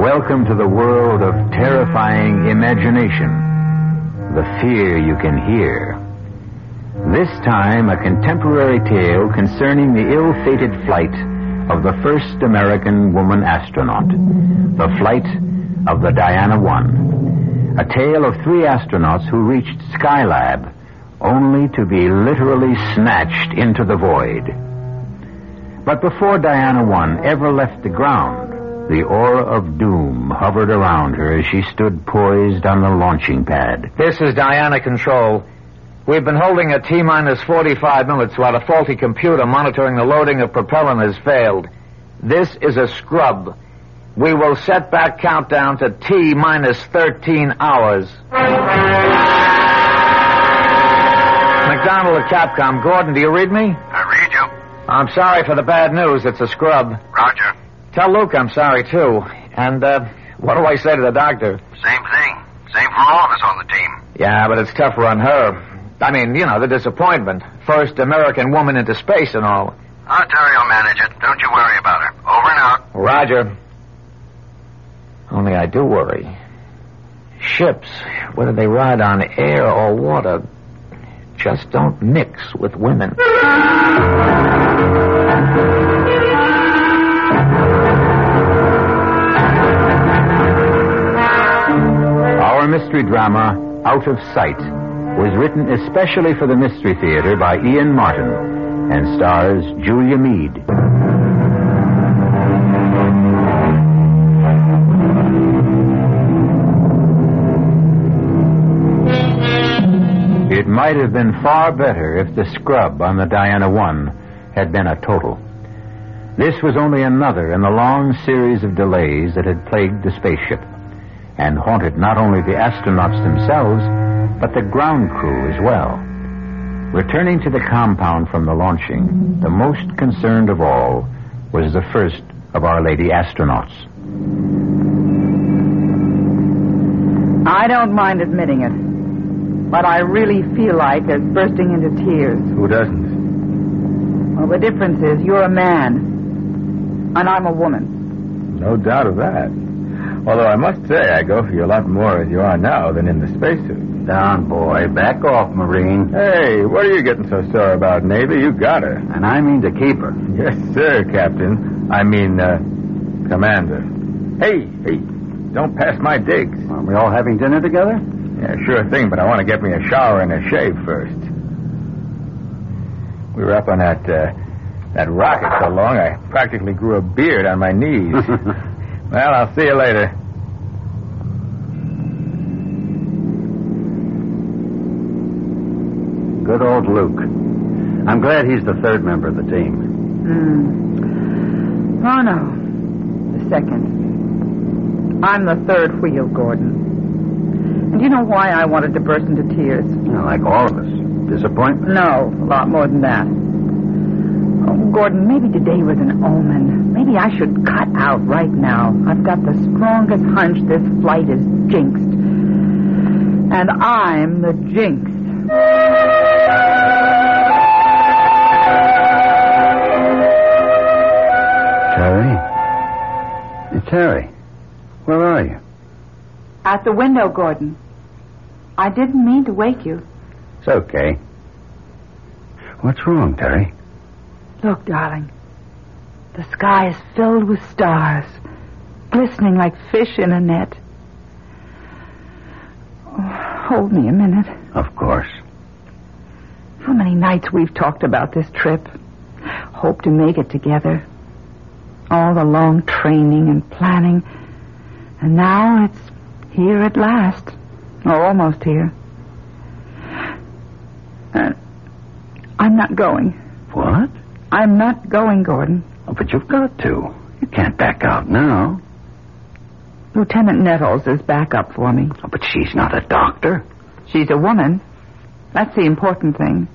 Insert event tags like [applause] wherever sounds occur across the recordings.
Welcome to the world of terrifying imagination, the fear you can hear. This time, a contemporary tale concerning the ill fated flight of the first American woman astronaut, the flight of the Diana 1. A tale of three astronauts who reached Skylab only to be literally snatched into the void. But before Diana 1 ever left the ground, the aura of doom hovered around her as she stood poised on the launching pad. This is Diana Control. We've been holding a T minus 45 minutes while a faulty computer monitoring the loading of propellant has failed. This is a scrub. We will set back countdown to T minus 13 hours. McDonald at Capcom. Gordon, do you read me? I read you. I'm sorry for the bad news. It's a scrub. Roger. Tell Luke I'm sorry, too. And, uh, what do I say to the doctor? Same thing. Same for all of us on the team. Yeah, but it's tougher on her. I mean, you know, the disappointment. First American woman into space and all. Our Terry will manage it. Don't you worry about her. Over and out. Roger. Only I do worry. Ships, whether they ride on air or water, just don't mix with women. Our mystery drama, Out of Sight, was written especially for the Mystery Theater by Ian Martin and stars Julia Mead. It might have been far better if the scrub on the Diana 1 had been a total. This was only another in the long series of delays that had plagued the spaceship and haunted not only the astronauts themselves, but the ground crew as well. Returning to the compound from the launching, the most concerned of all was the first of our lady astronauts. I don't mind admitting it. But I really feel like as bursting into tears. Who doesn't? Well, the difference is you're a man, and I'm a woman. No doubt of that. Although I must say, I go for you a lot more as you are now than in the spacesuit. Down, boy. Back off, Marine. Hey, what are you getting so sore about, Navy? You got her. And I mean to keep her. Yes, sir, Captain. I mean, uh, Commander. Hey, hey, don't pass my digs. Aren't we all having dinner together? Yeah, sure thing, but I want to get me a shower and a shave first. We were up on that, uh, that rocket so long, I practically grew a beard on my [laughs] knees. well, I'll see you later. Good old Luke. I'm glad he's the third member of the team. Hmm. Oh, no. The second. I'm the third wheel, Gordon. And you know why I wanted to burst into tears? like all of us. Disappointment? No, a lot more than that. Oh, Gordon, maybe today was an omen. Maybe I should cut out right now. I've got the strongest hunch this flight is jinxed. And I'm the jinx. Terry? Terry, where are you? At the window, Gordon. I didn't mean to wake you. It's okay. What's wrong, Terry? Look, darling. The sky is filled with stars, glistening like fish in a net. Oh, hold me a minute. Of course. How many nights we've talked about this trip. Hope to make it together. All the long training and planning. And now it's here at last. Or almost here. Uh, I'm not going. What? I'm not going, Gordon. Oh, but you've got to. You can't back out now. Lieutenant Nettles is backup for me. Oh, but she's not a doctor. She's a woman. That's the important thing.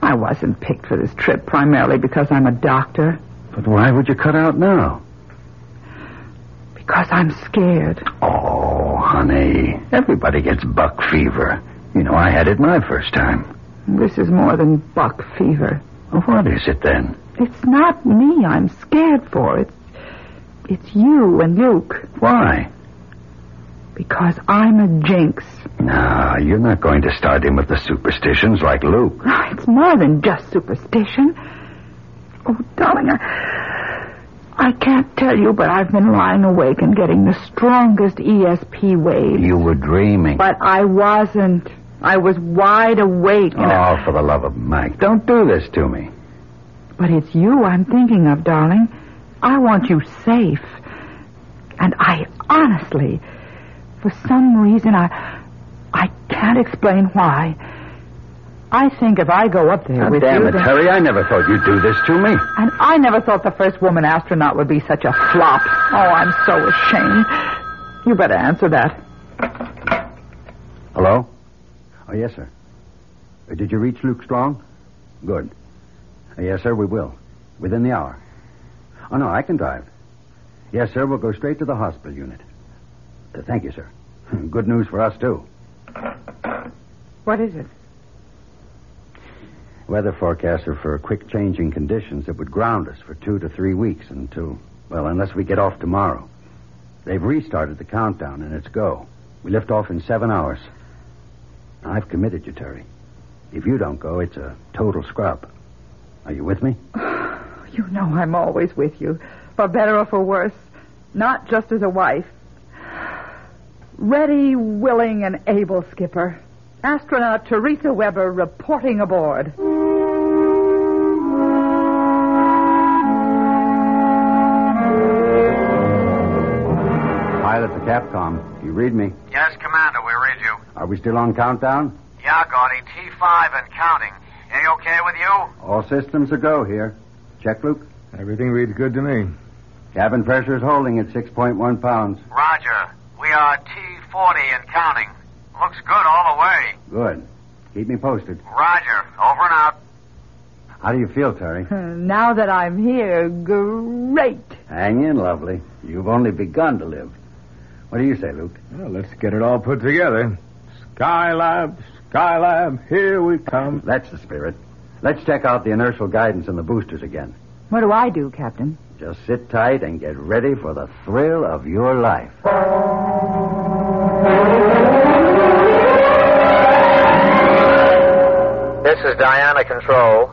I wasn't picked for this trip primarily because I'm a doctor, But why would you cut out now? because I'm scared. Oh, honey, everybody gets buck fever. You know, I had it my first time. This is more than buck fever. Well, What is it then? It's not me I'm scared for. It's, it's you and Luke, Why? because I'm a jinx. No, you're not going to start him with the superstitions like Luke. Oh, it's more than just superstition. Oh, darling, I, I can't tell you, but I've been lying awake and getting the strongest E ESP waves. You were dreaming. But I wasn't. I was wide awake. And I- Oh, for the love of Mike, don't do this to me. But it's you I'm thinking of, darling. I want you safe. And I honestly, for some reason, I, I can't explain why. I think if I go up there Now, with damn you, it, then- Harry, I never thought you'd do this to me. and I never thought the first woman astronaut would be such a flop. Oh, I'm so ashamed. You better answer that. Hello? Oh, yes, sir. Uh, Did you reach Luke Strong? Good. Uh, Yes, sir, we will. Within the hour. Oh, no, I can drive. Yes, sir, we'll go straight to the hospital unit. Uh, Thank you, sir. [laughs] Good news for us, too. What is it? Weather forecasts are for quick changing conditions that would ground us for two to three weeks until, well, unless we get off tomorrow. They've restarted the countdown, and it's go. We lift off in seven hours. I've committed you, Terry. If you don't go, it's a total scrub. Are you with me? You know I'm always with you, for better or for worse, not just as a wife. Ready, willing, and able, Skipper. Astronaut Teresa Weber reporting aboard. [laughs] Pilot the Capcom, you read me? Yes, Commander, we read you. Are we still on countdown? Yeah, Gordy, T5 and counting. Any okay with you? All systems are go here. Check, Luke. Everything reads good to me. Cabin pressure is holding at 6.1 pounds. Roger. We are T40 and counting. Looks good all the way. Good. Keep me posted. Roger. Over and out. How do you feel, Terry? Now that I'm here, great. Hang in, lovely. You've only begun to live. What do you say, Luke? Well, let's get it all put together. Skylab, Skylab, here we come. That's the spirit. Let's check out the inertial guidance and the boosters again. What do I do, Captain? Just sit tight and get ready for the thrill of your life. This is Diana Control.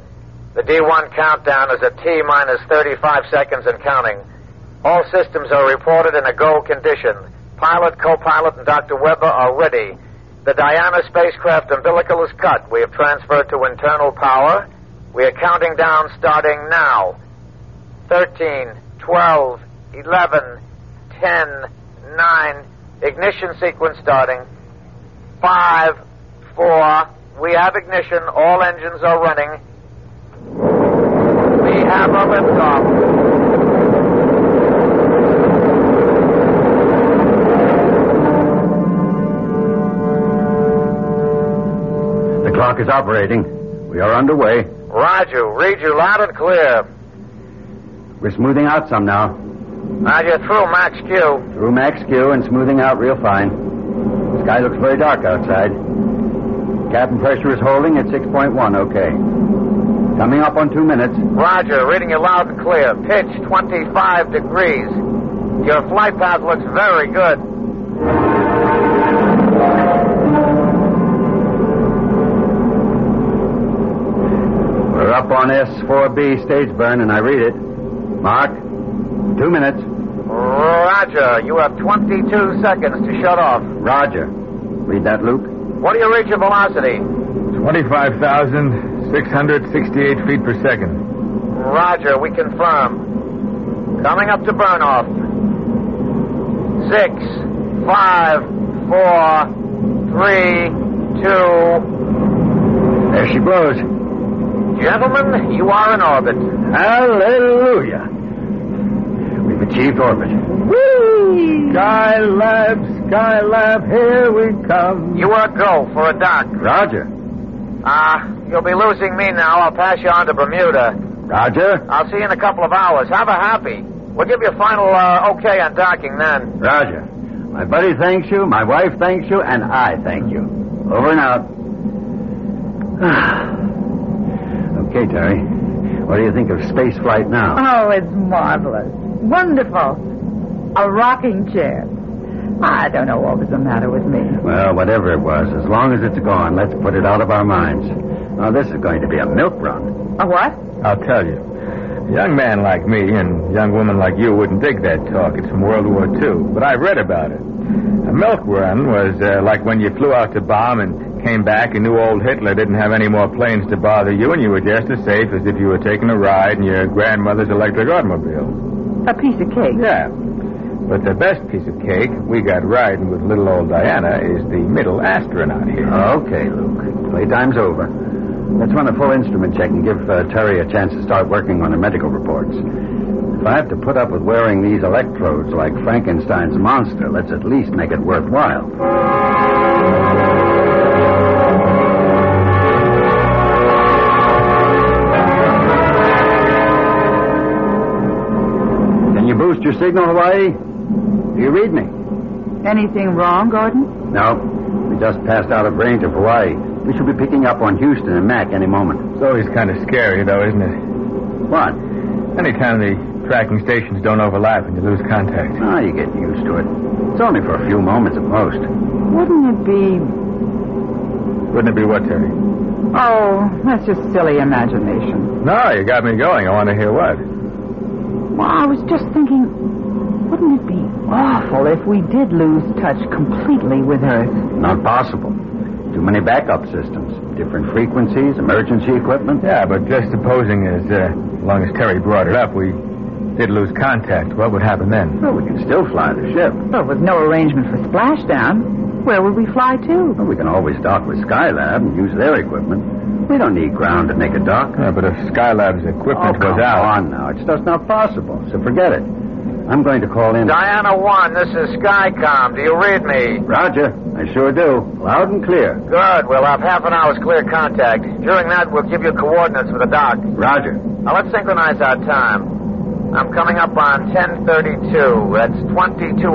The D1 countdown is at T minus 35 seconds and counting. All systems are reported in a go condition. Pilot, co pilot, and Dr. Weber are ready. The Diana spacecraft umbilical is cut. We have transferred to internal power. We are counting down starting now 13, 12, 11, 10, 9. Ignition sequence starting. Five, four, we have ignition. All engines are running. We have a liftoff. The clock is operating. We are underway. Roger, read you loud and clear. We're smoothing out some now. Now you're through Max Q. Through max Q and smoothing out real fine. Sky looks very dark outside. Cabin pressure is holding at 6.1, okay. Coming up on two minutes. Roger, reading you loud and clear. Pitch 25 degrees. Your flight path looks very good. We're up on S4B stage burn, and I read it. Mark, two minutes. Roger, you have 22 seconds to shut off. Roger. Read that, Luke. What do you reach your velocity? 25,668 feet per second. Roger, we confirm. Coming up to burnoff. Six, five, four, three, two. There she blows. Gentlemen, you are in orbit. Hallelujah. We've Keep orbit. Skylab, Skylab, here we come. You work go for a dock. Roger. Ah, you'll be losing me now. I'll pass you on to Bermuda. Roger. I'll see you in a couple of hours. Have a happy. We'll give you a final uh, okay on docking then. Roger. My buddy thanks you, my wife thanks you, and I thank you. Over and out. [sighs] okay, Terry. What do you think of space flight now? Oh, it's marvelous. Wonderful. A rocking chair. I don't know what was the matter with me. Well, whatever it was, as long as it's gone, let's put it out of our minds. Now, this is going to be a milk run. A what? I'll tell you. A young man like me and young woman like you wouldn't dig that talk. It's from World War II, but I've read about it. A milk run was uh, like when you flew out to bomb and came back and knew old Hitler didn't have any more planes to bother you, and you were just as safe as if you were taking a ride in your grandmother's electric automobile. A piece of cake. Yeah. But the best piece of cake we got riding with little old Diana is the middle astronaut here. Uh, Okay, Luke. Playtime's over. Let's run a full instrument check and give uh, Terry a chance to start working on her medical reports. If I have to put up with wearing these electrodes like Frankenstein's monster, let's at least make it worthwhile. Can you boost your signal, Hawaii? Do you read me? Anything wrong, Gordon? No. We just passed out of range of Hawaii. We should be picking up on Houston and Mac any moment. It's always kind of scary, though, isn't it? What? Anytime the tracking stations don't overlap and you lose contact. Oh, you get used to it. It's only for a few moments at most. Wouldn't it be. Wouldn't it be what, Terry? Oh, that's just silly imagination. No, you got me going. I want to hear what. Well, I was just thinking, wouldn't it be awful if we did lose touch completely with Earth? Not possible. Too many backup systems, different frequencies, emergency equipment. Yeah, but just supposing, as uh, long as Terry brought it up, we did lose contact, what would happen then? Well, we can still fly the ship. Well, with no arrangement for splashdown, where would we fly to? Well, we can always dock with Skylab and use their equipment. We don't need ground to make a dock. Yeah, but if Skylab's equipment Oh, come was out, on now. It's just not possible, so forget it. I'm going to call in. Diana 1, this is Skycom. Do you read me? Roger, I sure do. Loud and clear. Good. We'll have half an hour's clear contact. During that, we'll give you coordinates for the dock. Roger. Now, let's synchronize our time. I'm coming up on 1032. That's 2232.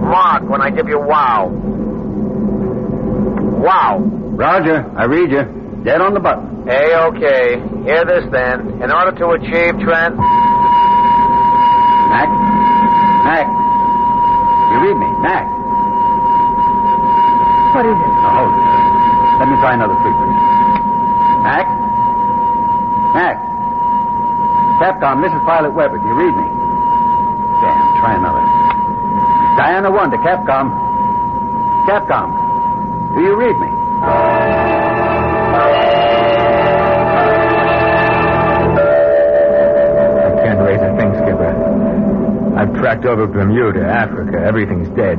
Mark when I give you wow. Wow. Roger, I read you. Dead on the button. A-OK. Hear this then. In order to achieve trans... Mac? Mac? You read me? Mac? What is it? Now, hold it. Let me try another frequency. Mac? Mac? Capcom, this is Pilot Weber. Do you read me? Damn, try another. Diana 1 to Capcom. Capcom, do you read me? I can't raise a thing, Skipper. I've tracked over Bermuda, Africa. Everything's dead.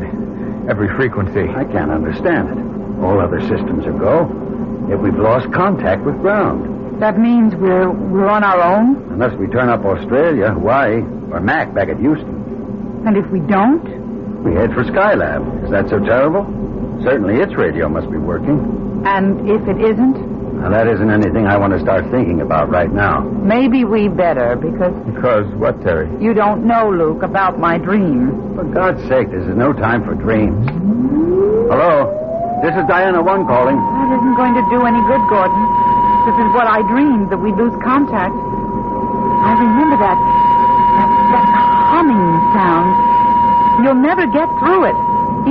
Every frequency. I can't understand it. All other systems are go. Yet we've lost contact with ground. That means we're we're on our own, Unless we turn up Australia, Hawaii, or Mac back at Houston. and if we don't, We head for Skylab. Is that so terrible? Certainly its radio must be working. and if it isn't, Now, that isn't anything I want to start thinking about right now. maybe we better because Because what, Terry? you don't know, Luke, about my dream. For God's sake, this is no time for dreams. Hello? This is Diana One calling. That isn't going to do any good, Gordon. This is what I dreamed that we'd lose contact. I remember that that, that humming sound. You'll never get through it,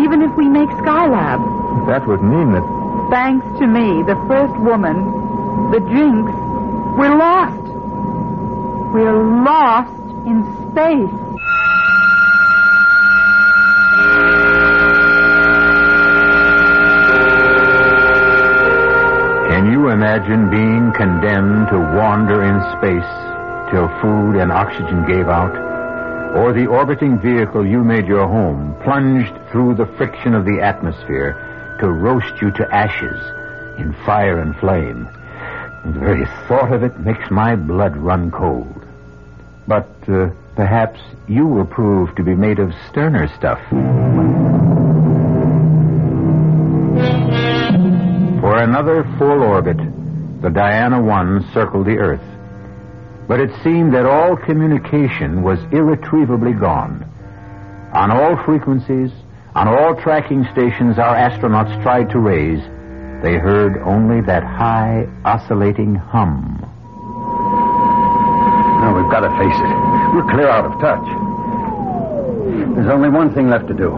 even if we make Skylab. That would mean that. Thanks to me, the first woman, the Jinx, we're lost. We're lost in space. Can you imagine being condemned to wander in space till food and oxygen gave out? Or the orbiting vehicle you made your home plunged through the friction of the atmosphere to roast you to ashes in fire and flame? The very thought of it makes my blood run cold. But uh, Perhaps you will prove to be made of sterner stuff. For another full orbit, the Diana 1 circled the Earth. But it seemed that all communication was irretrievably gone. On all frequencies, on all tracking stations our astronauts tried to raise, they heard only that high, oscillating hum. No, we've got to face it. We're clear out of touch. There's only one thing left to do.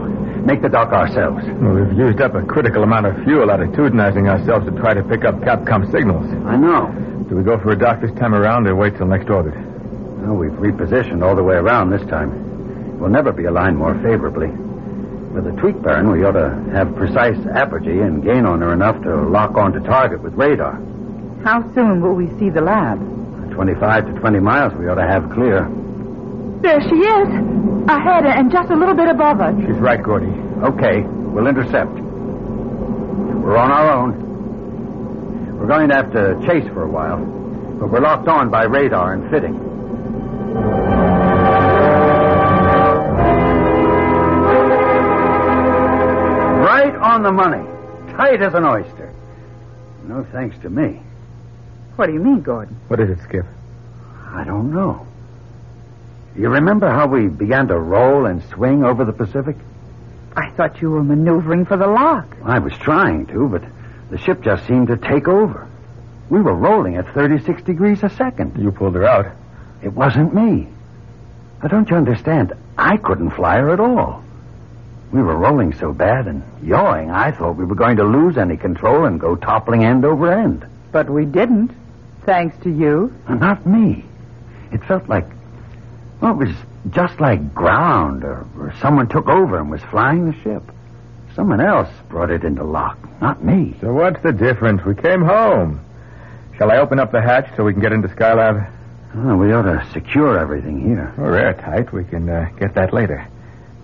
Make the dock ourselves. Well, we've used up a critical amount of fuel altitudinizing ourselves to try to pick up Capcom signals. I know. Do we go for a dock this time around or wait till next orbit? Well, we've repositioned all the way around this time. We'll never be aligned more favorably. With the tweak burn, we ought to have precise apogee and gain on her enough to lock onto target with radar. How soon will we see the lab? 25 to 20 miles we ought to have clear. There she is. Ahead and just a little bit above us. She's right, Gordy. Okay, we'll intercept. We're on our own. We're going to have to chase for a while, but we're locked on by radar and fitting. Right on the money. Tight as an oyster. No thanks to me. What do you mean, Gordon? What is it, Skip? I don't know. You remember how we began to roll and swing over the Pacific? I thought you were maneuvering for the lock. I was trying to, but the ship just seemed to take over. We were rolling at 36 degrees a second. You pulled her out. It wasn't me. Now, don't you understand? I couldn't fly her at all. We were rolling so bad and yawing, I thought we were going to lose any control and go toppling end over end. But we didn't thanks to you. Not me. It felt like, well, it was just like ground, or, or, someone took over and was flying the ship. Someone else brought it into lock, not me. So what's the difference? We came home. Shall I open up the hatch so we can get into Skylab? Oh, we ought to secure everything here. Well, airtight. We can uh, get that later.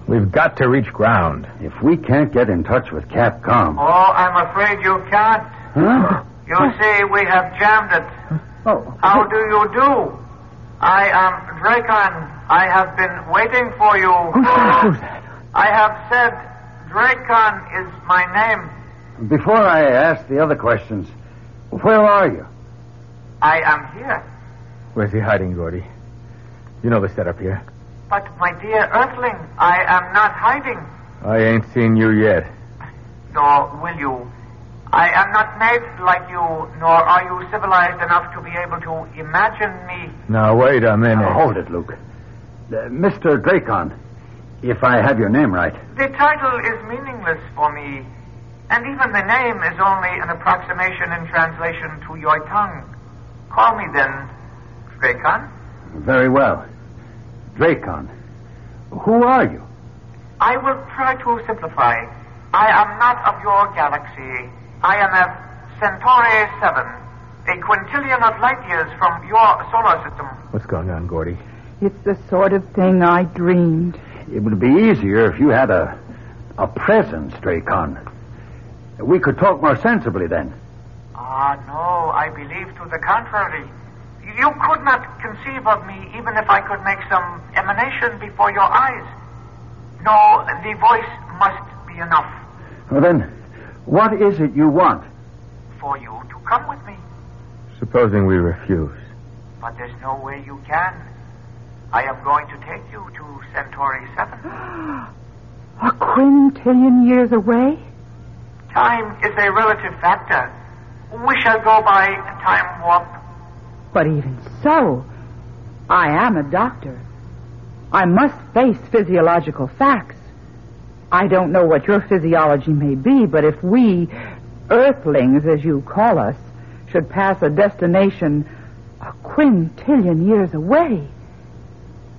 We've got to reach ground. If we can't get in touch with Capcom. Oh, I'm afraid you can't. Huh? Oh, You see, we have jammed it. Oh. How do you do? I am Dracon. I have been waiting for you. Who's that? Who's that? I have said Dracon is my name. Before I ask the other questions, where are you? I am here. Where's he hiding, Gordy? You know the setup here. But, my dear Earthling, I am not hiding. I ain't seen you yet. Nor will you. I am not made like you, nor are you civilized enough to be able to imagine me. Now, wait a minute. Now, hold it, Luke. Uh, Mr. Dracon, if I have your name right. The title is meaningless for me, and even the name is only an approximation in translation to your tongue. Call me then Dracon. Very well. Dracon, who are you? I will try to simplify. I am not of your galaxy. I am at Centauri 7, a quintillion of light years from your solar system. What's going on, Gordy? It's the sort of thing I dreamed. It would be easier if you had a a presence, Dracon. We could talk more sensibly then. Ah, no, I believe to the contrary. You could not conceive of me even if I could make some emanation before your eyes. No, the voice must be enough. Well, then, what is it you want? For you to come with me. Supposing we refuse. But there's no way you can. I am going to take you to Centauri 7. a quintillion years away? Time is a relative factor. We shall go by time warp. But even so, I am a doctor. I must face physiological facts. I don't know what your physiology may be, but if we, earthlings as you call us, should pass a destination a quintillion years away,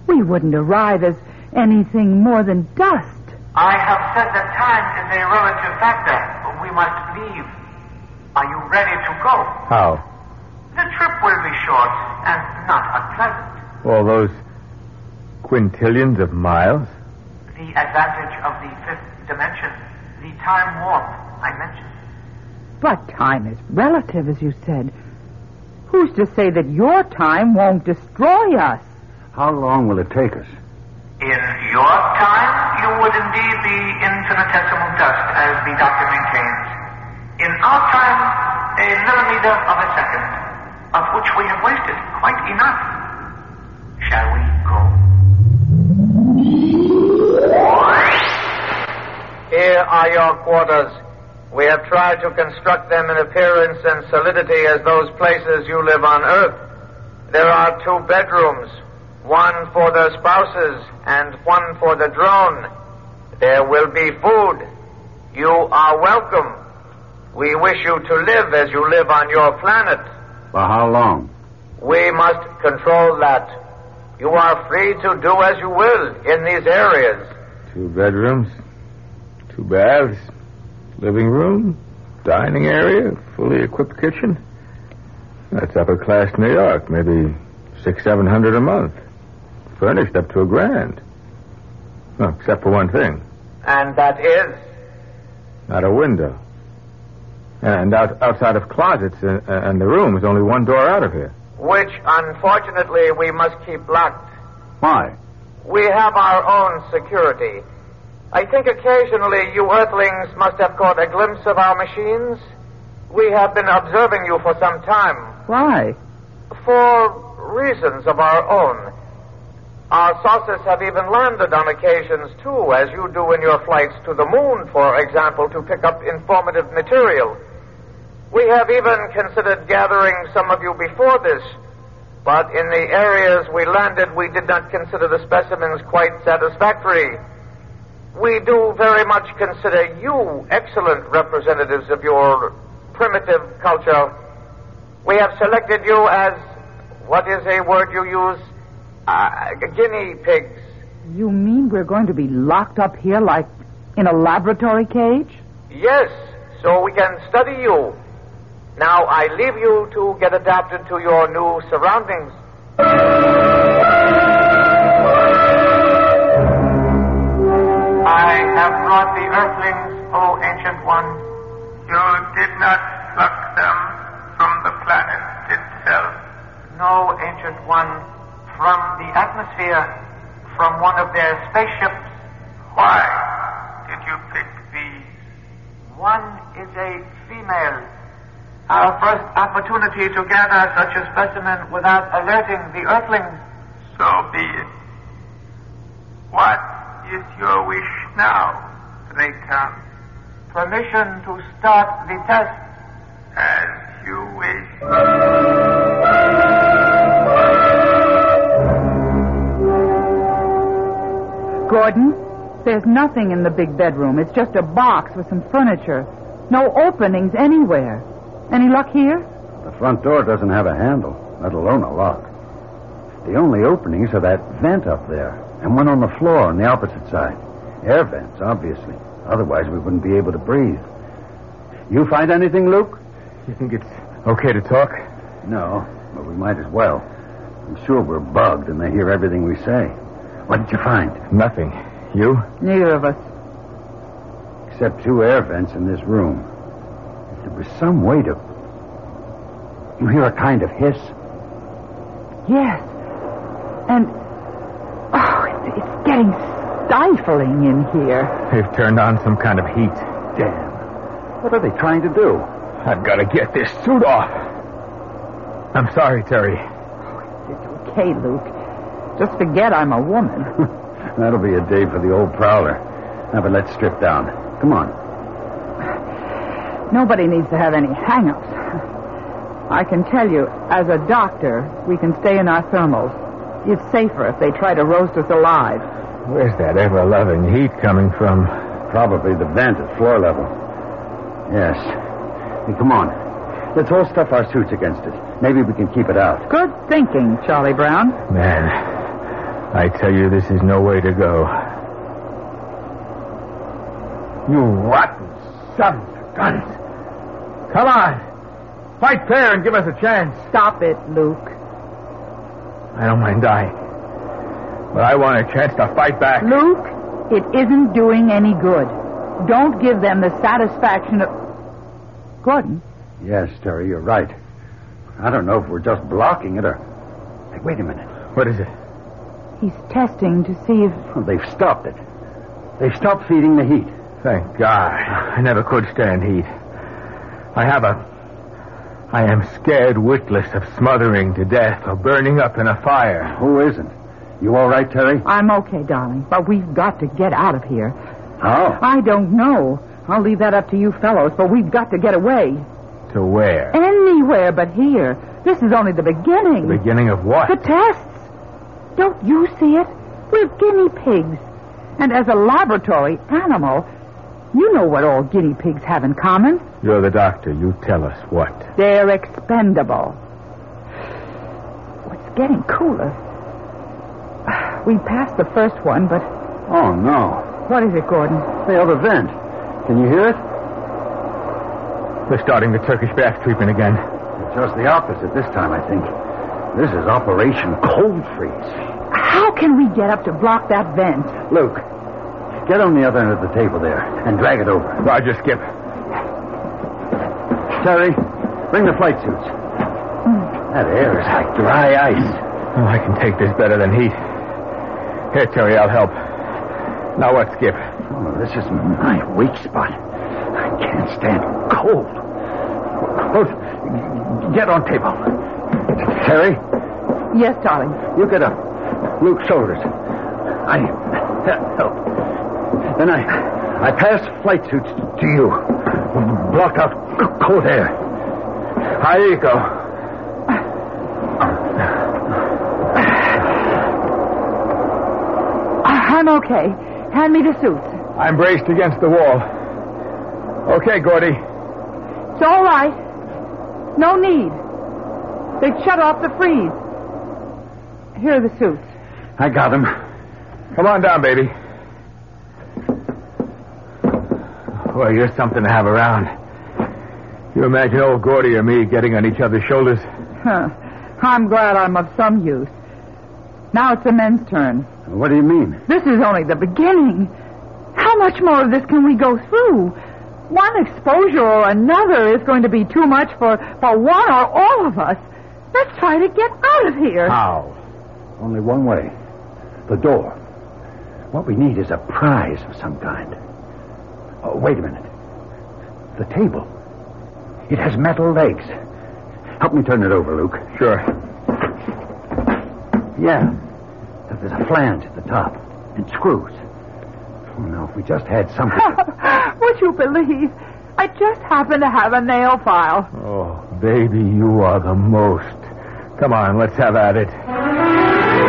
we wouldn't arrive as anything more than dust. I have said that time is a relative factor. We must leave. Are you ready to go? How? The trip will be short and not unpleasant. All those quintillions of miles? the advantage of the fifth dimension, the time warp I mentioned. But time is relative, as you said. Who's to say that your time won't destroy us? How long will it take us? In your time, you would indeed be infinitesimal dust, as the doctor maintains. In our time, a millimeter of a second, of which we have wasted quite enough. Shall we go? Here are your quarters. We have tried to construct them in appearance and solidity as those places you live on Earth. There are two bedrooms, one for the spouses and one for the drone. There will be food. You are welcome. We wish you to live as you live on your planet. For how long? We must control that. You are free to do as you will in these areas. Two bedrooms, two baths, living room, dining area, fully equipped kitchen. That's upper class New York, maybe six, seven hundred a month. Furnished up to a grand. Well, except for one thing. And that is? Not a window. And out, outside of closets and, and the room is only one door out of here. Which, unfortunately, we must keep locked. Why? We have our own security. I think occasionally you Earthlings must have caught a glimpse of our machines. We have been observing you for some time. Why? For reasons of our own. Our saucers have even landed on occasions, too, as you do in your flights to the moon, for example, to pick up informative material. We have even considered gathering some of you before this, but in the areas we landed, we did not consider the specimens quite satisfactory. We do very much consider you excellent representatives of your primitive culture. We have selected you as, what is a word you use? Uh, guinea pigs. You mean we're going to be locked up here like in a laboratory cage? Yes, so we can study you. Now I leave you to get adapted to your new surroundings. I have brought the earthlings, O ancient one. You did not pluck them from the planet itself. No, ancient one, from the atmosphere, from one of their spaceships. Why did you pick these? One is a female. Our first opportunity to gather such a specimen without alerting the Earthlings. So be it. What is your wish now, Rekan? Permission to start the test. As you wish. Gordon, there's nothing in the big bedroom. It's just a box with some furniture. No openings anywhere. Any luck here? The front door doesn't have a handle, let alone a lock. The only openings are that vent up there, and one on the floor on the opposite side. Air vents, obviously. Otherwise, we wouldn't be able to breathe. You find anything, Luke? You think it's okay to talk? No, but we might as well. I'm sure we're bugged and they hear everything we say. What did you find? Nothing. You? Neither of us. Except two air vents in this room. If there was some way to. You hear a kind of hiss? Yes. And. Oh, it's, it's getting stifling in here. They've turned on some kind of heat. Damn. What are they trying to do? I've got to get this suit off. I'm sorry, Terry. It's okay, Luke. Just forget I'm a woman. [laughs] That'll be a day for the old prowler. Now, but let's strip down. Come on. Nobody needs to have any hang-ups. I can tell you, as a doctor, we can stay in our thermals. It's safer if they try to roast us alive. Where's that ever loving heat coming from? Probably the vent at floor level. Yes. And come on. Let's all stuff our suits against it. Maybe we can keep it out. Good thinking, Charlie Brown. Man, I tell you, this is no way to go. You rotten sons of guns. Come on. Fight fair and give us a chance. Stop it, Luke. I don't mind dying. But I want a chance to fight back. Luke, it isn't doing any good. Don't give them the satisfaction of. Gordon, Yes, Terry, you're right. I don't know if we're just blocking it or. Hey, wait a minute. What is it? He's testing to see if. Well, they've stopped it. They've stopped feeding the heat. Thank God. I never could stand heat. I have a. I am scared witless of smothering to death or burning up in a fire. Who isn't? You all right, Terry? I'm okay, darling, but we've got to get out of here. How? I don't know. I'll leave that up to you fellows, but we've got to get away. To where? Anywhere but here. This is only the beginning. The beginning of what? The tests. Don't you see it? We're guinea pigs. And as a laboratory animal, you know what all guinea pigs have in common. You're the doctor. You tell us what. They're expendable. Oh, it's getting cooler. We passed the first one, but Oh, no. what is it, Gordon? The other vent. Can you hear it? They're starting the Turkish bath treatment again. Just the opposite this time, I think. This is Operation Cold Freeze. How can we get up to block that vent? Luke, get on the other end of the table there and drag it over. Roger, Skip. Terry, bring the flight suits. That air is like dry ice. Oh, I can take this better than heat. Here, Terry, I'll help. Now what, Skip? Oh, this is my weak spot. I can't stand cold. Both, g- get on table. Terry, Yes, darling. you get up. Luke shoulders. I help. Then I, I pass flight suits to you. Block out c- cold air. Hi, you go. I'm okay. Hand me the suits. I'm braced against the wall. Okay, Gordy. It's all right. No need. They've shut off the freeze. Here are the suits. I got him. Come on down, baby. Well, you're something to have around. You imagine old Gordy or me getting on each other's shoulders? Huh. I'm glad I'm of some use. Now it's the men's turn. What do you mean? This is only the beginning. How much more of this can we go through? One exposure or another is going to be too much for, for one or all of us. Let's try to get out of here. [laughs] How? Only one way the door. What we need is a prize of some kind. Oh, wait a minute. The table. It has metal legs. Help me turn it over, Luke. Sure. Yeah. There's a flange at the top and screws. Oh, no, if we just had something. Would you believe? I just happen to have a nail file. Oh, baby, you are the most. Come on, let's have at it.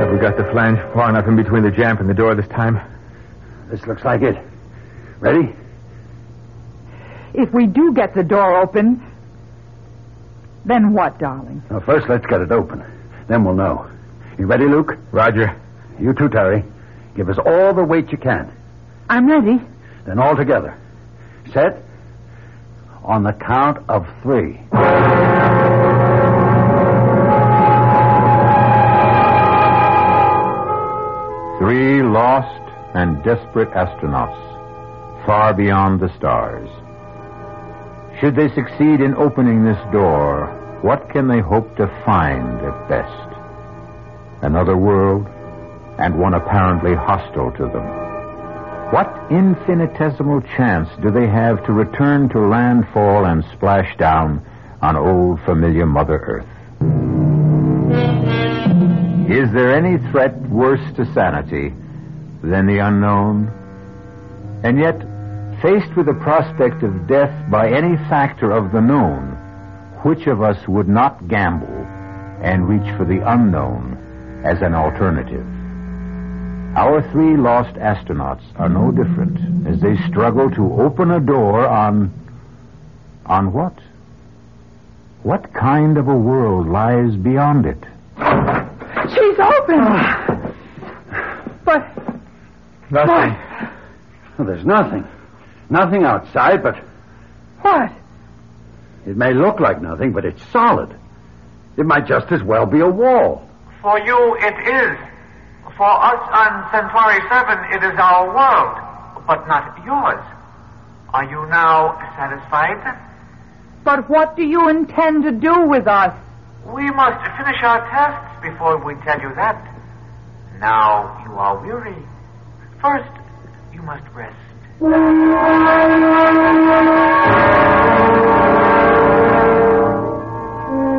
Have we got the flange far enough in between the jamb and the door this time? this looks like it. Ready? If we do get the door open, then what, darling? Now, first, let's get it open. Then we'll know. You ready, Luke? Roger. You too, Terry. Give us all the weight you can. I'm ready. Then all together. Set. On the count of three. Three lost and desperate astronauts, far beyond the stars. Should they succeed in opening this door, what can they hope to find at best? Another world, and one apparently hostile to them. What infinitesimal chance do they have to return to landfall and splash down on old familiar Mother Earth? Is there any threat worse to sanity than the unknown? And yet, faced with the prospect of death by any factor of the known, which of us would not gamble and reach for the unknown as an alternative? Our three lost astronauts are no different as they struggle to open a door on. on what? What kind of a world lies beyond it? She's open. Ah. but Nothing. Well, there's nothing. Nothing outside, but what? it may look like nothing, but it's solid. It might just as well be a wall. For you, it is. For us on Centauri 7, it is our world, but not yours. Are you now satisfied? But what do you intend to do with us? We must finish our tests before we tell you that. Now you are weary. First, you must rest.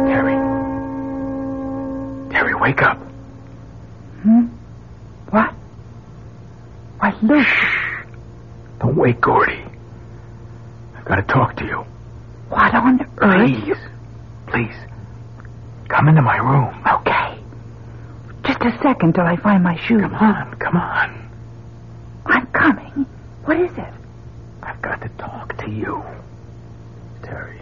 Terry. Terry, wake up. Hmm? What? Why, Luke. Don't wake Gordy. I've got to talk to you. What on earth? Please. Please. Come into my room. Okay. Just a second till I find my shoes. Come on, come on. I'm coming. What is it? I've got to talk to you. Terry.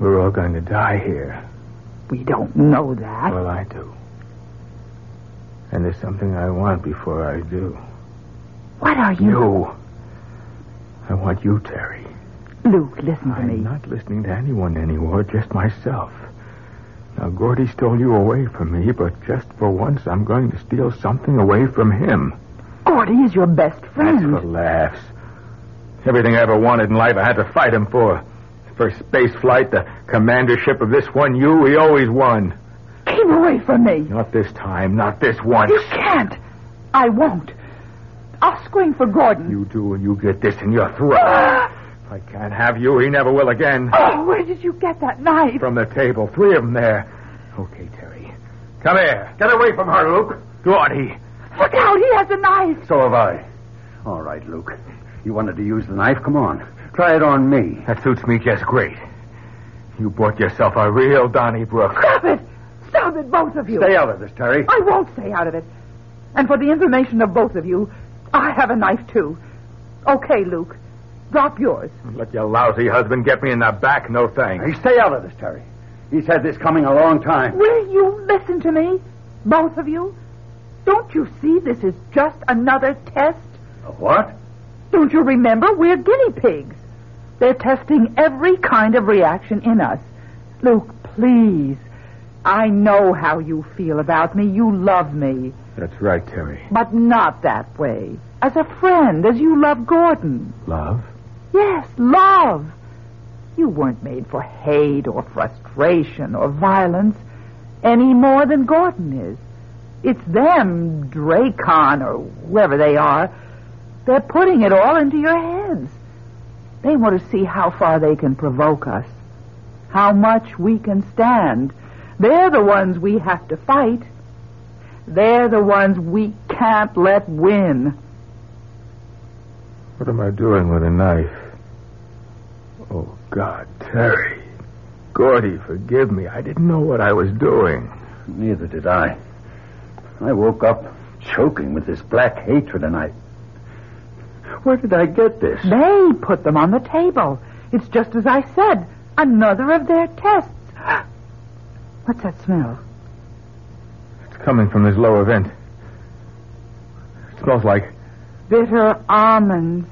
We're all going to die here. We don't know that. Well, I do. And there's something I want before I do. What are you? You. I want you, Terry. Luke, listen to I'm me. not listening to anyone anymore, just myself. Now, Gordy stole you away from me, but just for once, I'm going to steal something away from him. Gordy is your best That's friend. for laughs. Everything I ever wanted in life, I had to fight him for. The first space flight, the commandership of this one you, he always won. Keep away from me. Not this time, not this once. You can't. I won't. I'll scream for Gordon. You do, and you get this in your Ah! throat. if I can't have you, he never will again. Oh, where did you get that knife? From the table, three of them there. Okay, Terry. Come here. Get away from her, Luke. Gordy. Look out, he has a knife. So have I. All right, Luke. You wanted to use the knife? Come on. Try it on me. That suits me just great. You bought yourself a real Donnybrook. Stop it. Stop it, both of you. Stay out of this, Terry. I won't stay out of it. And for the information of both of you, I have a knife, too. Okay, Luke. Drop yours. Let your lousy husband get me in the back, no thanks. Hey, stay out of this, Terry. He's had this coming a long time. Will you listen to me? Both of you? Don't you see this is just another test? A what? Don't you remember? We're guinea pigs. They're testing every kind of reaction in us. Luke, please. I know how you feel about me. You love me. That's right, Terry. But not that way. As a friend, as you love Gordon. Love? Yes, love. You weren't made for hate or frustration or violence any more than Gordon is. It's them, Dracon or whoever they are. They're putting it all into your heads. They want to see how far they can provoke us, how much we can stand. They're the ones we have to fight. They're the ones we can't let win. What am I doing with a knife? Oh, God, Terry. Gordy, forgive me. I didn't know what I was doing. Neither did I. I woke up choking with this black hatred, and I. Where did I get this? They put them on the table. It's just as I said, another of their tests. [gasps] What's that smell? It's coming from this lower vent. It smells like. Bitter almonds.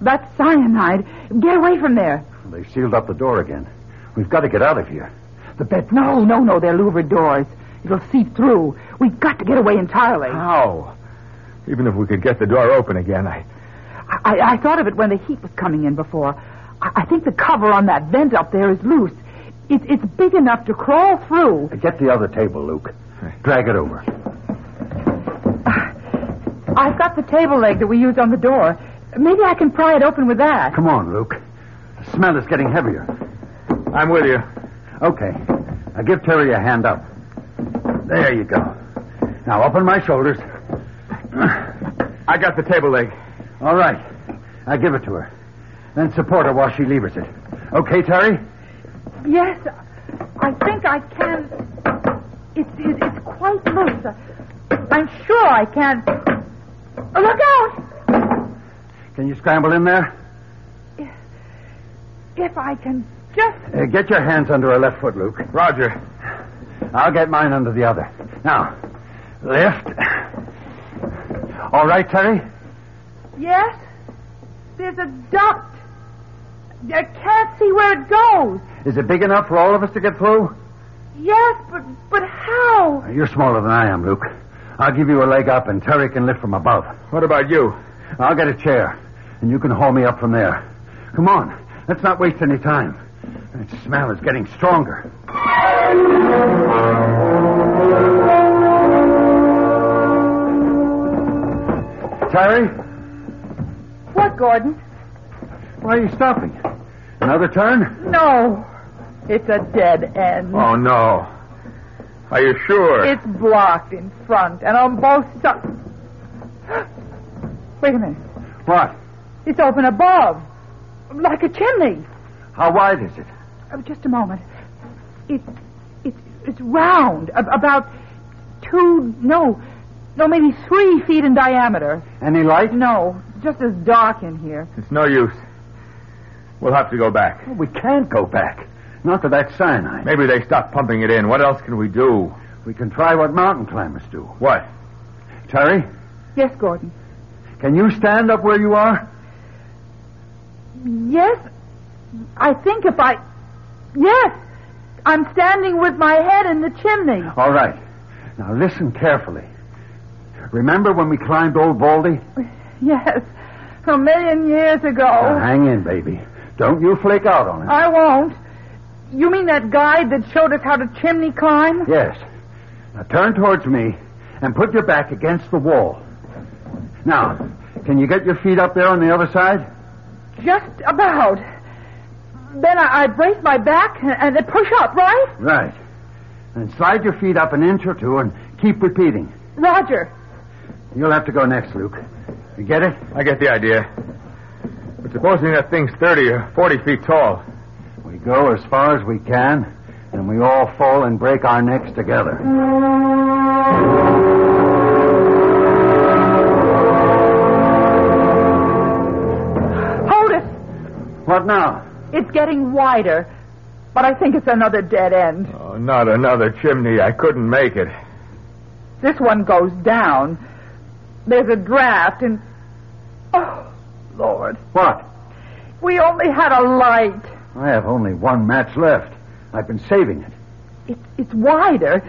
That's cyanide. Get away from there. They've sealed up the door again. We've got to get out of here. The bed. No, no, no. They're louvered doors. It'll seep through. We've got to get away entirely. How? Even if we could get the door open again, I. I, I thought of it when the heat was coming in before. I, I think the cover on that vent up there is loose. It, it's big enough to crawl through. Get the other table, Luke. Drag it over. I've got the table leg that we used on the door. Maybe I can pry it open with that. Come on, Luke. The smell is getting heavier. I'm with you. Okay. Now give Terry a hand up. There you go. Now up on my shoulders. I got the table leg. All right. I give it to her. Then support her while she levers it. Okay, Terry? Yes, I think I can. It's, it's, it's quite loose. I'm sure I can. Look out! Can you scramble in there? If I can just. Uh, get your hands under her left foot, Luke. Roger. I'll get mine under the other. Now, lift. All right, Terry? Yes? There's a duct. I can't see where it goes. Is it big enough for all of us to get through? Yes, but but how? Uh, You're smaller than I am, Luke. I'll give you a leg up, and Terry can lift from above. What about you? I'll get a chair, and you can haul me up from there. Come on. Let's not waste any time. That smell is getting stronger. Terry, What, Gordon? why are you stopping? Another turn? No. It's a dead end. Oh, no. Are you sure? It's blocked in front and on both sides. [gasps] Wait a minute. What? It's open above, like a chimney. How wide is it? Oh, just a moment. It's it's it's round, ab- about two, no, no, maybe three feet in diameter. Any light? No, just as dark in here. It's no use. We'll have to go back. We can't go back. Not to that cyanide. Maybe they stopped pumping it in. What else can we do? We can try what mountain climbers do. What? Terry, Yes, Gordon. can you stand up where you are? Yes, I think if I, yes, I'm standing with my head in the chimney. All right. Now listen carefully. Remember when we climbed Old Baldy? Yes, a million years ago. Now, hang in, baby. Don't you flake out on it. I won't. You mean that guide that showed us how to chimney climb? Yes. Now turn towards me and put your back against the wall. Now, can you get your feet up there on the other side? Just about. Then I, I brace my back and, and then push up, right? Right. And slide your feet up an inch or two and keep repeating. Roger. You'll have to go next, Luke. You get it? I get the idea. But supposing that thing's 30 or 40 feet tall. We go as far as we can, and we all fall and break our necks together. Hold it. What now? It's getting wider, but I think it's another dead end. Oh, not another chimney. I couldn't make it. This one goes down. There's a draft and. Oh, Lord. What? We only had a light. I have only one match left. I've been saving it. It, it's wider.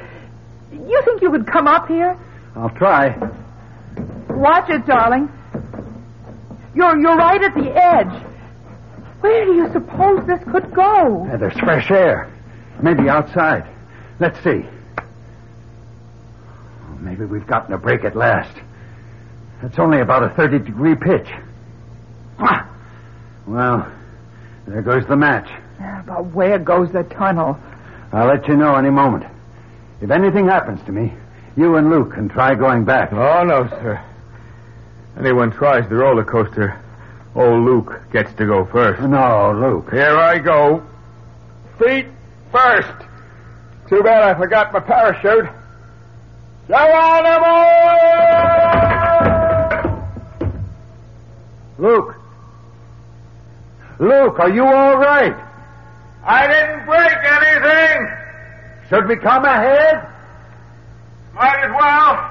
You think you could come up here? I'll try. Watch it, darling. You're you're right at the edge. Where do you suppose this could go? Yeah, there's fresh air. Maybe outside. Let's see. Oh, Maybe we've gotten a break at last. That's only about a 30 degree pitch. Ah! Well, there goes the match. But where goes the tunnel? I'll let you know any moment. If anything happens to me, you and Luke can try going back. Oh, no, sir. Anyone tries the roller coaster, old Luke gets to go first. No, Luke. Here I go. Feet first. Too bad I forgot my parachute. Geronimo! Luke. Luke, are you all right? I didn't break anything. Should we come ahead? Might as well.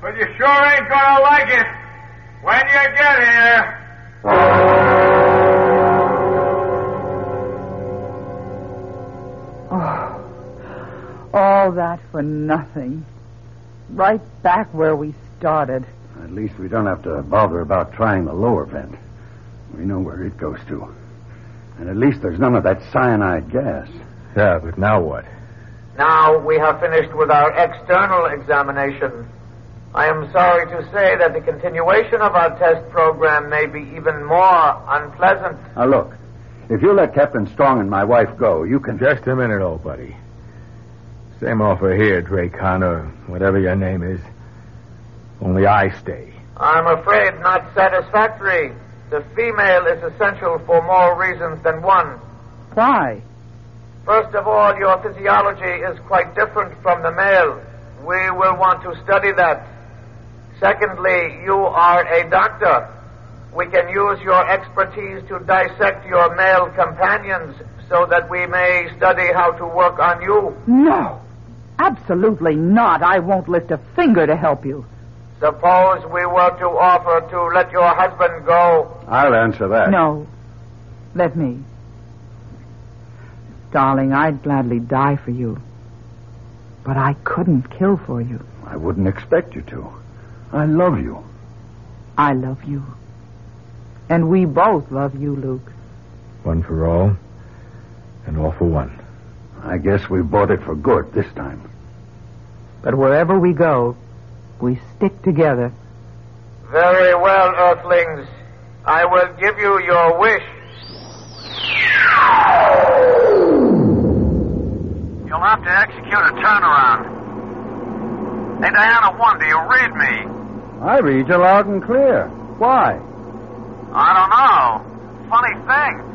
But you sure ain't gonna like it when you get here. All that for nothing. Right back where we started. At least we don't have to bother about trying the lower vent. We know where it goes to. And at least there's none of that cyanide gas. Yeah, but now what? Now we have finished with our external examination. I am sorry to say that the continuation of our test program may be even more unpleasant. Now, look. If you let Captain Strong and my wife go, you can. Just a minute, old buddy. Same offer here, Dracon, or whatever your name is. Only I stay. I'm afraid not satisfactory. The female is essential for more reasons than one. Why? First of all, your physiology is quite different from the male. We will want to study that. Secondly, you are a doctor. We can use your expertise to dissect your male companions so that we may study how to work on you. No. Absolutely not. I won't lift a finger to help you. Suppose we were to offer to let your husband go. I'll answer that. No. Let me. Darling, I'd gladly die for you. But I couldn't kill for you. I wouldn't expect you to. I love you. I love you. And we both love you, Luke. One for all, and all for one. I guess we bought it for good this time. But wherever we go, we stick together. Very well, Earthlings. I will give you your wish. You'll have to execute a turnaround. Hey, Diana 1, do you read me? I read you loud and clear. Why? I don't know. Funny thing.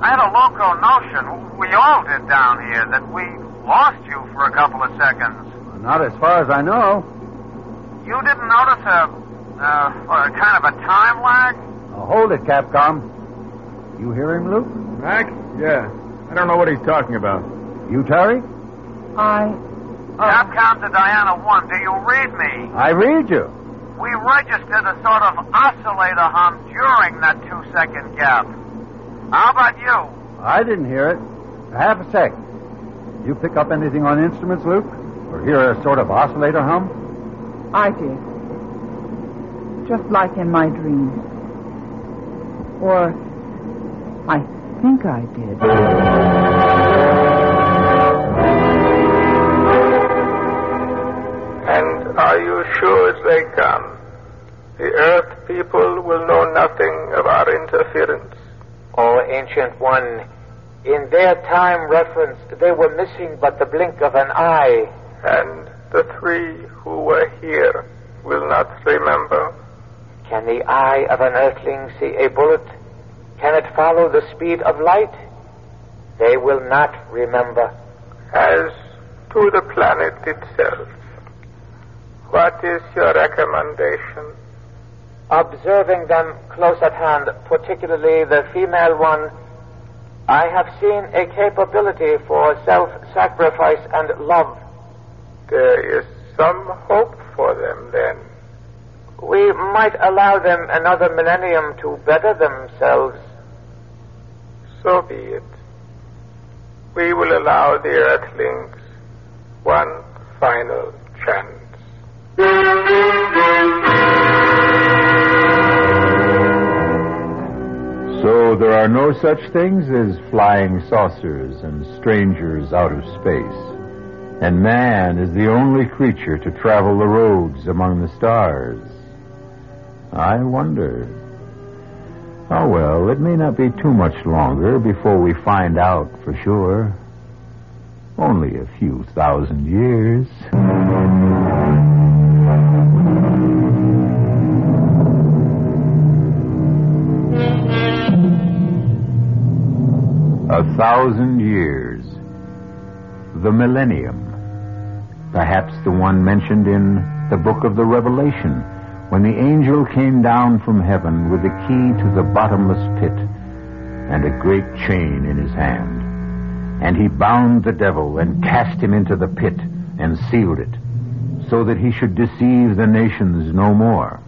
I had a loco notion, we all did down here, that we lost you for a couple of seconds. Not as far as I know. You didn't notice a, uh, a kind of a time lag? Now hold it, Capcom. You hear him, Luke? Mac? Yeah. I don't know what he's talking about. You, Terry? I. Oh. Capcom to Diana 1, do you read me? I read you. We registered a sort of oscillator hum during that two second gap. How about you? I didn't hear it. Half a sec. You pick up anything on instruments, Luke? Or hear a sort of oscillator hum? I did. Just like in my dreams. Or I think I did. And are you sure as they come? The Earth people will know nothing of our interference. O Oh, Ancient One, in their time referenced, they were missing but the blink of an eye. And the three who were here will not remember. Can the eye of an earthling see a bullet? Can it follow the speed of light? They will not remember. As to the planet itself, what is your recommendation? Observing them close at hand, particularly the female one, I have seen a capability for self sacrifice and love. There is some hope for them then. We might allow them another millennium to better themselves. So be it. We will allow the Earthlings one final chance. So there are no such things as flying saucers and strangers out of space. And man is the only creature to travel the roads among the stars. I wonder. Oh well, it may not be too much longer before we find out for sure. Only a few thousand years. A thousand years. The millennium. Perhaps the one mentioned in the book of the Revelation, when the angel came down from heaven with the key to the bottomless pit and a great chain in his hand. And he bound the devil and cast him into the pit and sealed it, so that he should deceive the nations no more.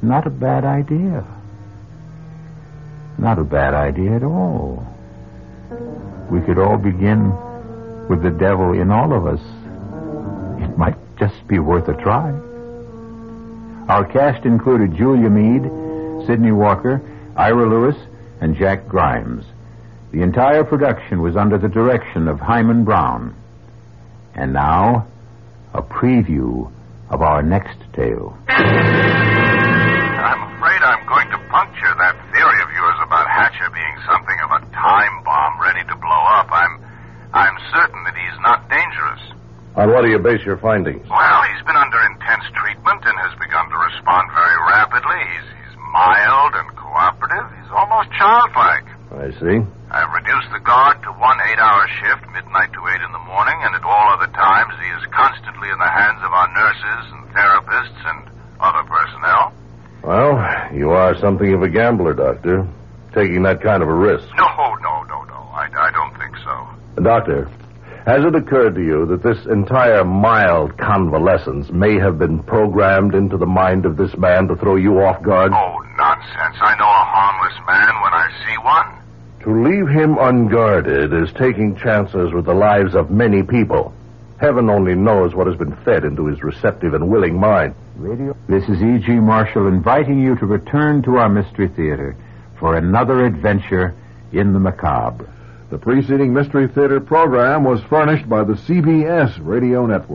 Not a bad idea. Not a bad idea at all. We could all begin with the devil in all of us. It might just be worth a try. Our cast included Julia Mead, Sidney Walker, Ira Lewis, and Jack Grimes. The entire production was under the direction of Hyman Brown. And now, a preview of our next tale. I'm afraid I'm going to puncture that theory of yours about Hatcher being something of a time bomb ready to blow up. I'm I'm certain that he's not dangerous. On what do you base your findings? Well, he's been under intense treatment and has begun to respond very rapidly. He's, he's mild and cooperative. He's almost childlike. I see. I've reduced the guard to one eight hour shift, midnight to eight in the morning, and at all other times he is constantly in the hands of our nurses and therapists and other personnel. Well, you are something of a gambler, Doctor, taking that kind of a risk. No, no, no, no. I, I don't think so. Doctor, has it occurred to you that this entire mild convalescence may have been programmed into the mind of this man to throw you off guard? Oh, nonsense. I know a harmless man when I see one. To leave him unguarded is taking chances with the lives of many people. Heaven only knows what has been fed into his receptive and willing mind. This is E E.G. Marshall inviting you to return to our Mystery Theater for another adventure in the Macabre. The preceding Mystery Theater program was furnished by the CBS Radio Network.